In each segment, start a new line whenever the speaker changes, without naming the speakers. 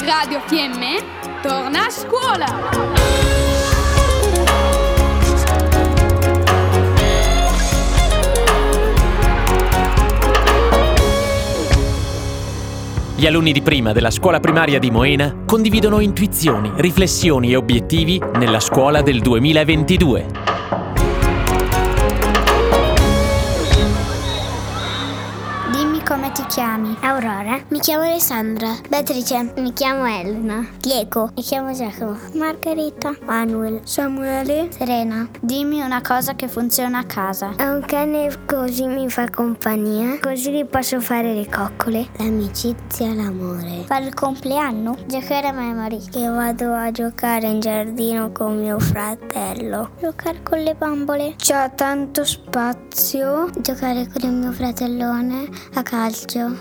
Radio Fiemme torna a scuola!
Gli alunni di prima della scuola primaria di Moena condividono intuizioni, riflessioni e obiettivi nella scuola del 2022.
Dimmi come ti chiami.
Aurora,
Mi chiamo Alessandra.
Beatrice, mi chiamo Elena,
Diego.
mi chiamo Giacomo,
Margherita.
Manuel,
Samuele.
Serena.
Dimmi una cosa che funziona a casa.
È un cane così mi fa compagnia, così gli posso fare le coccole. L'amicizia, l'amore.
Fare il compleanno?
Giocare a memory. Che vado a giocare in giardino con mio fratello.
Giocare con le bambole?
C'ho tanto spazio. Giocare con il mio fratellone a calcio.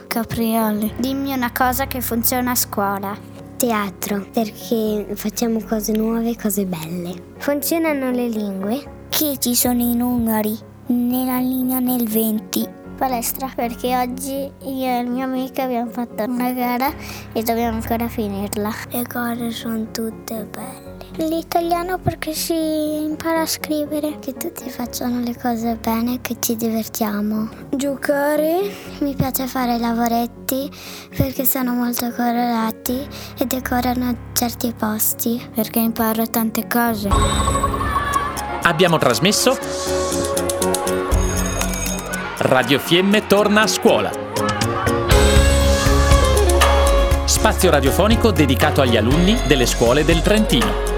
Capriole. Dimmi una cosa che funziona a scuola.
Teatro, perché facciamo cose nuove, cose belle. Funzionano le lingue.
Che ci sono i numeri nella linea nel 20.
Palestra, perché oggi io e il mio amico abbiamo fatto una gara e dobbiamo ancora finirla. Le cose sono tutte belle. L'italiano perché si impara a scrivere. Che tutti facciano le cose bene, che ci divertiamo. Giocare. Mi piace fare i lavoretti perché sono molto colorati e decorano certi posti.
Perché imparo tante cose.
Abbiamo trasmesso Radio Fiemme torna a scuola. Spazio radiofonico dedicato agli alunni delle scuole del Trentino.